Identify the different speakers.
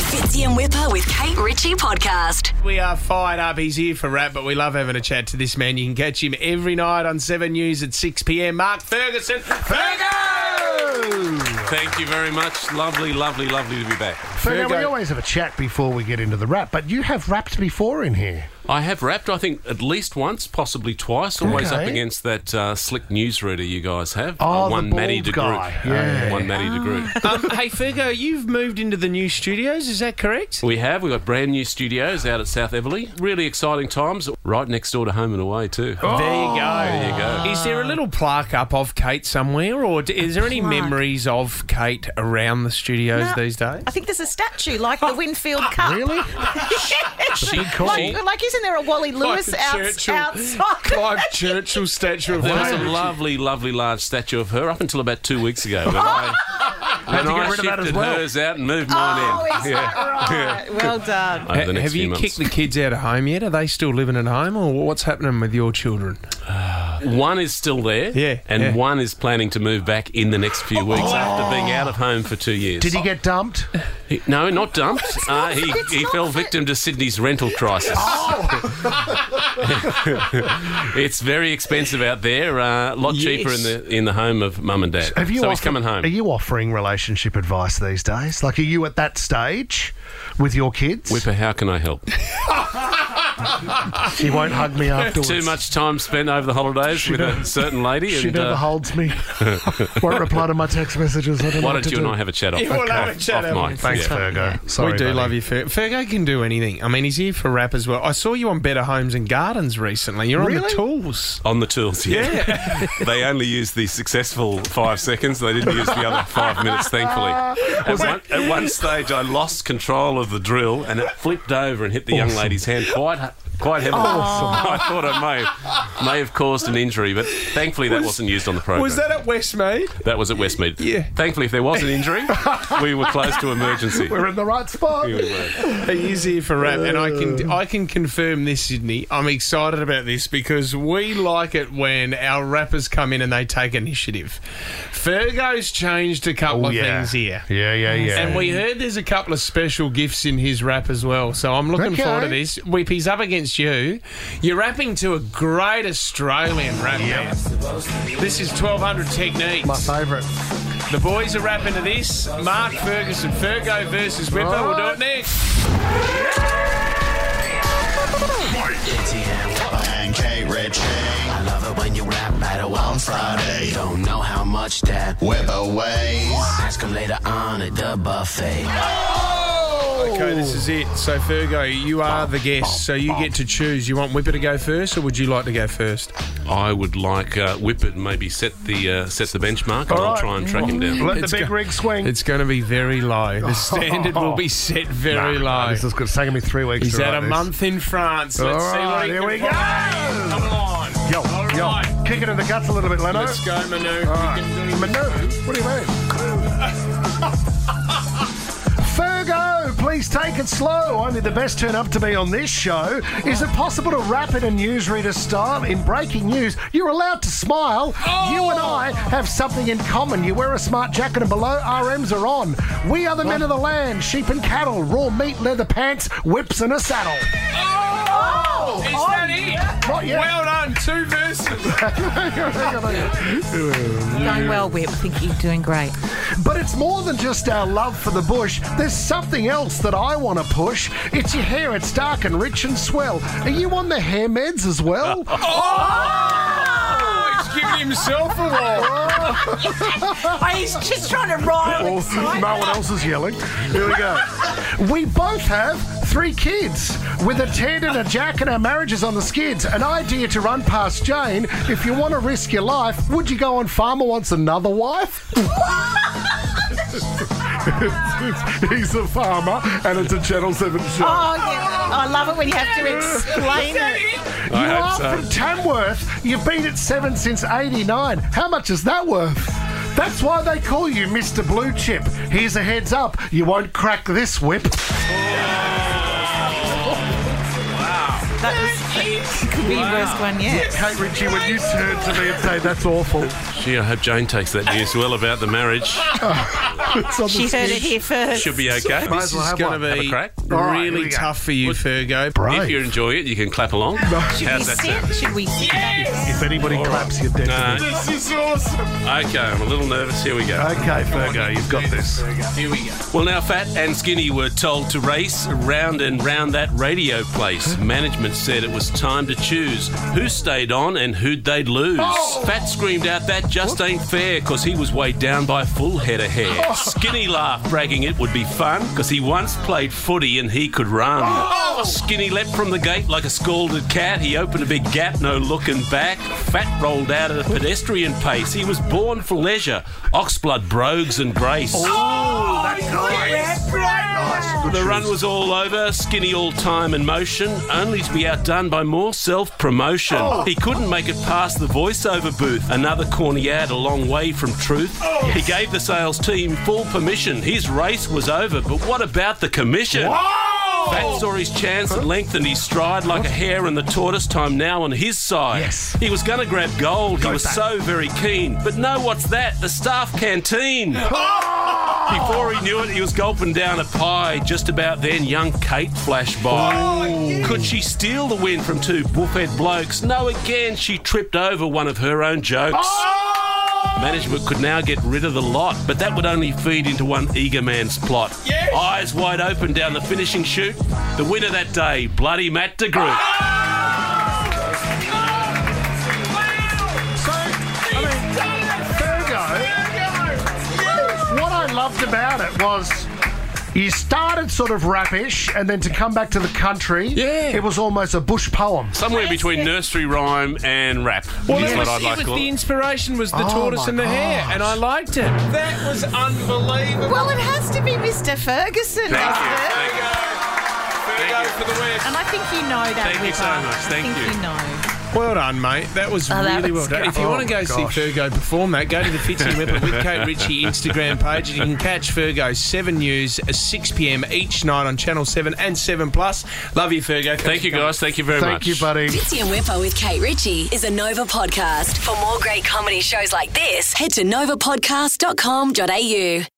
Speaker 1: Fitzy and Whipper with Kate Ritchie podcast.
Speaker 2: We are fired up. He's here for rap, but we love having a chat to this man. You can catch him every night on 7 News at 6 p.m. Mark Ferguson. Fergo!
Speaker 3: Thank you very much. Lovely, lovely, lovely to be back.
Speaker 4: So now we
Speaker 2: Virgo.
Speaker 4: always have a chat before we get into the rap, but you have raps before in here.
Speaker 3: I have rapped, I think, at least once, possibly twice. Always
Speaker 4: Okay.
Speaker 3: up against that uh, slick newsreader you guys have. Uh,
Speaker 4: Oh, the
Speaker 3: one Matty
Speaker 4: bald
Speaker 3: DeGroot. Uh,
Speaker 4: guy. Yeah. Ah.
Speaker 3: One Matty DeGroot.
Speaker 2: Um, hey, Fergo, you've moved into the new studios, is that correct?
Speaker 3: We have. We've got brand new studios out at South Everly. Really exciting times. Right next door to Home and Away, too.
Speaker 4: Oh,
Speaker 2: Oh, There you go.
Speaker 3: There you go.
Speaker 2: Is there a little plaque up of Kate somewhere, or d- is there any memories of Kate around the studios
Speaker 5: No,
Speaker 2: these days?
Speaker 5: I think there's a statue like
Speaker 3: Oh,
Speaker 5: the Winfield Cup.
Speaker 4: Really?
Speaker 3: She, she,
Speaker 5: Like, like, isn't there a Wally Lewis
Speaker 2: the
Speaker 5: outs-
Speaker 2: Churchill.
Speaker 5: outside?
Speaker 2: Clive Churchill statue of
Speaker 3: there was a lovely, lovely large statue of her up until about two weeks ago. When I, when
Speaker 4: to get
Speaker 3: I
Speaker 4: rid of
Speaker 3: shifted
Speaker 4: that as well.
Speaker 3: hers out and moved mine
Speaker 5: Oh,
Speaker 3: in.
Speaker 5: is that right? Well done.
Speaker 3: Over the next
Speaker 2: have
Speaker 3: few
Speaker 2: you
Speaker 3: months.
Speaker 2: kicked the kids out of home yet? Are they still living at home, or what's happening with your children?
Speaker 3: One is still there,
Speaker 2: Yeah,
Speaker 3: and
Speaker 2: yeah.
Speaker 3: one is planning to move back in the next few weeks after being out of home for two years.
Speaker 4: Did he get dumped?
Speaker 3: He- no, not dumped. uh, he
Speaker 5: it's
Speaker 3: he
Speaker 5: not
Speaker 3: fell
Speaker 5: that-
Speaker 3: victim to Sydney's rental crisis.
Speaker 4: Oh.
Speaker 3: it's very expensive out there. Uh, a lot cheaper in the in the home of mum and dad.
Speaker 4: Have you
Speaker 3: so he's
Speaker 4: offer-
Speaker 3: coming home.
Speaker 4: Are you offering relationship advice these days? Like, are you at that stage with your kids?
Speaker 3: Whipper, how can I help?
Speaker 4: He won't hug me afterwards.
Speaker 3: Too much time spent over the holidays with a certain lady.
Speaker 4: She
Speaker 3: and,
Speaker 4: never
Speaker 3: uh,
Speaker 4: holds me. won't reply to my text messages. I don't know
Speaker 3: why
Speaker 4: what
Speaker 3: don't
Speaker 4: to
Speaker 3: you
Speaker 4: do.
Speaker 3: and I have a chat off,
Speaker 2: Yeah, we'll have a
Speaker 3: off-
Speaker 2: chat,
Speaker 3: off
Speaker 2: haven't we?
Speaker 3: mic?
Speaker 4: Thanks,
Speaker 3: Yeah.
Speaker 4: Fergo. Sorry,
Speaker 2: we do
Speaker 4: buddy.
Speaker 2: love you, Ferg. Fergo can do anything. I mean, he's here for rap as well. I saw you on Better Homes and Gardens recently. You're on the
Speaker 4: Really?
Speaker 2: tools.
Speaker 3: On the tools, yeah. they only used the successful five seconds. They didn't use the other five minutes, thankfully. At one, at one stage, I lost control of the drill and it flipped over and hit the young lady's hand quite ha- quite heavily. I thought I may may have caused an injury, but thankfully that wasn't used on the program.
Speaker 2: Was that at Westmead?
Speaker 3: That was at Westmead.
Speaker 2: Yeah.
Speaker 3: Thankfully, if there was an injury, we were close to emergency.
Speaker 4: We're in the right spot.
Speaker 3: We were.
Speaker 2: He is here for rap, and I can I can confirm this, Sydney. I'm excited about this because we like it when our rappers come in and they take initiative. Fergo's changed a couple
Speaker 4: Oh,
Speaker 2: of
Speaker 4: yeah.
Speaker 2: things here.
Speaker 4: Yeah, yeah, yeah.
Speaker 2: And we heard there's a couple of special gifts in his rap as well, so I'm looking
Speaker 4: Okay.
Speaker 2: forward to this. Weep, he's up against you. You're rapping to a great Australian rap band. This is 1200 Techniques.
Speaker 4: my favourite.
Speaker 2: The boys are rapping to this. Mark Ferguson, Fergo versus Whipper. We'll do it next.
Speaker 6: Fitzy and Whipper and Kate Ritchie. I love it when you rap battle on Friday. Don't know how much that Whipper weighs. Ask him later on at the buffet.
Speaker 2: Okay, this is it. So, Fergo, you are the guest, so you get to choose. You want Whipper to go first, or would you like to go first?
Speaker 3: I would like uh, Whip it and maybe set the uh, set the benchmark, and I'll
Speaker 4: right.
Speaker 3: try and track him down.
Speaker 4: Let
Speaker 2: It's
Speaker 4: the big
Speaker 2: go-
Speaker 4: rig swing.
Speaker 2: It's going to be very low. The standard will be set very
Speaker 4: Nah,
Speaker 2: low.
Speaker 4: This is good. It's taken me three weeks.
Speaker 2: He's
Speaker 4: to
Speaker 2: had
Speaker 4: write
Speaker 2: a
Speaker 4: this.
Speaker 2: month in France. Let's
Speaker 4: All
Speaker 2: see what
Speaker 4: right,
Speaker 2: he
Speaker 4: here
Speaker 2: can
Speaker 4: we
Speaker 2: find.
Speaker 4: go.
Speaker 2: Come on.
Speaker 4: Yo,
Speaker 2: All
Speaker 4: yo,
Speaker 2: right.
Speaker 4: kick it in the guts a little bit, Leno.
Speaker 2: Let's go, Manu.
Speaker 4: All right. Manu, what do you mean? Fergo, please take it slow. Only the best turn up to be on this show. Is it possible to rap in a newsreader style? In breaking news, you're allowed to smile. You and
Speaker 2: Oh.
Speaker 4: I have something in common. You wear a smart jacket and below RMs are on. We are the men of the land, sheep and cattle, raw meat, leather pants, whips and a saddle.
Speaker 2: Oh, is that it?
Speaker 4: Not yet.
Speaker 2: Well done. Two verses.
Speaker 5: Going well, Whip. I think you're doing great.
Speaker 4: But it's more than just our love for the bush. There's something else that I want to push. It's your hair. It's dark and rich and swell. Are you on the hair meds as well?
Speaker 2: Oh, he's giving himself a wall.
Speaker 5: He's just trying to rhyme.
Speaker 4: Well, no one else is yelling. Here we go. We both have three kids with a tent and a jack, and our marriage is on the skids. An idea to run past Jane. If you want to risk your life, would you go on Farmer Wants Another Wife? He's a farmer, and it's a Channel 7 show.
Speaker 5: Oh, yeah. I love it when you have to explain it.
Speaker 4: you are from Tamworth. You've been at seven since '89. How much is that worth? That's why they call you Mr. Blue Chip. Here's a heads up: you won't crack this whip.
Speaker 5: That was Could be the worst one yet.
Speaker 4: Kate Ritchie, when you turn to me and say that's awful,
Speaker 3: Gee, I hope Jane takes that news well about the marriage.
Speaker 4: it's on the
Speaker 5: She heard
Speaker 4: skin.
Speaker 5: it here first.
Speaker 3: Should be okay.
Speaker 4: Might
Speaker 2: This
Speaker 4: as well
Speaker 2: is
Speaker 4: have
Speaker 2: going
Speaker 4: one.
Speaker 2: to
Speaker 3: Have a
Speaker 2: be
Speaker 3: crack.
Speaker 4: right, here
Speaker 2: really
Speaker 4: we go.
Speaker 2: tough for you, Fergo.
Speaker 4: Brave.
Speaker 3: If you enjoy it, you can clap along.
Speaker 5: Should we
Speaker 3: How's that sound?
Speaker 5: sit? Should we sit?
Speaker 4: If anybody claps, you're dead.
Speaker 3: Uh,
Speaker 2: This is awesome.
Speaker 3: okay, I'm a little nervous. Here we go.
Speaker 4: Okay, Fergo, you've got this.
Speaker 2: Here we go.
Speaker 3: Well, now Fat and Skinny were told to race round and round that radio place. Management said it was time to choose who stayed on and who'd they'd lose.
Speaker 4: Oh.
Speaker 3: Fat screamed out, That just ain't fair, because he was weighed down by a full head of hair.
Speaker 4: Oh.
Speaker 3: Skinny laughed, bragging it would be fun, because he once played footy and he could run. Skinny leapt from the gate like a scalded cat. He opened a big gap, no looking back. Fat rolled out at a pedestrian pace. He was born for leisure. Oxblood, brogues, and grace. The run was all over, skinny all time and motion, only to be outdone by more self promotion. He couldn't make it past the voiceover booth, another corny ad a long way from truth. He gave the sales team full permission. His race was over, but what about the commission? Fat saw his chance and lengthened his stride like a hare in the tortoise, time now on his side.
Speaker 4: Yes.
Speaker 3: He was going to grab gold, he was
Speaker 4: Fat.
Speaker 3: so very keen. But no, what's that? The staff canteen. Before he knew it, he was gulping down a pie. Just about then, young Kate flashed by.
Speaker 2: Oh,
Speaker 3: Could she steal the win from two buffhead blokes? No, again, she tripped over one of her own jokes.
Speaker 2: Oh!
Speaker 3: Management could now get rid of the lot, but that would only feed into one eager man's plot. Eyes wide open down the finishing chute, the winner that day, bloody Matt DeGroot.
Speaker 2: Oh,
Speaker 4: So, I mean, Fergo, what I loved about it was you started sort of rapish, and then to come back to the country,
Speaker 3: Yeah.
Speaker 4: it was almost a bush poem.
Speaker 3: Somewhere between nursery rhyme and rap
Speaker 2: Well,
Speaker 3: is
Speaker 2: it
Speaker 3: what
Speaker 2: was,
Speaker 3: I'd like
Speaker 2: it was
Speaker 3: to call
Speaker 2: the
Speaker 3: it.
Speaker 2: inspiration was the
Speaker 4: Oh
Speaker 2: tortoise
Speaker 4: my
Speaker 2: and the hare,
Speaker 4: gosh.
Speaker 2: and I liked it. That was unbelievable.
Speaker 5: Well, it has to be Mr. Ferguson, doesn't
Speaker 3: Thank you.
Speaker 5: it?
Speaker 3: Thank you.
Speaker 2: Fergo for the win.
Speaker 5: And I think you know that.
Speaker 3: Thank you
Speaker 5: Whipper.
Speaker 3: so much. Thank
Speaker 5: I think
Speaker 3: you.
Speaker 5: you. know.
Speaker 2: Well done, mate. That was
Speaker 5: Oh, that
Speaker 2: really
Speaker 5: was
Speaker 2: well done.
Speaker 5: great.
Speaker 2: If you
Speaker 4: Oh,
Speaker 2: want to go
Speaker 4: my gosh.
Speaker 2: see Fergo perform that, go to the Fitzy and Whipper with Kate Ritchie Instagram page, and you can catch Fergo 7 News at 6 p.m. each night on Channel 7 and 7 Plus. Love you, Fergo. Thanks
Speaker 3: Thank
Speaker 2: for
Speaker 3: you,
Speaker 2: coming.
Speaker 3: guys. Thank you very
Speaker 4: Thank
Speaker 3: much.
Speaker 4: you, buddy.
Speaker 1: Fitzy and Whipper with Kate Ritchie is a Nova podcast. For more great comedy shows like this, head to novapodcast.com.au.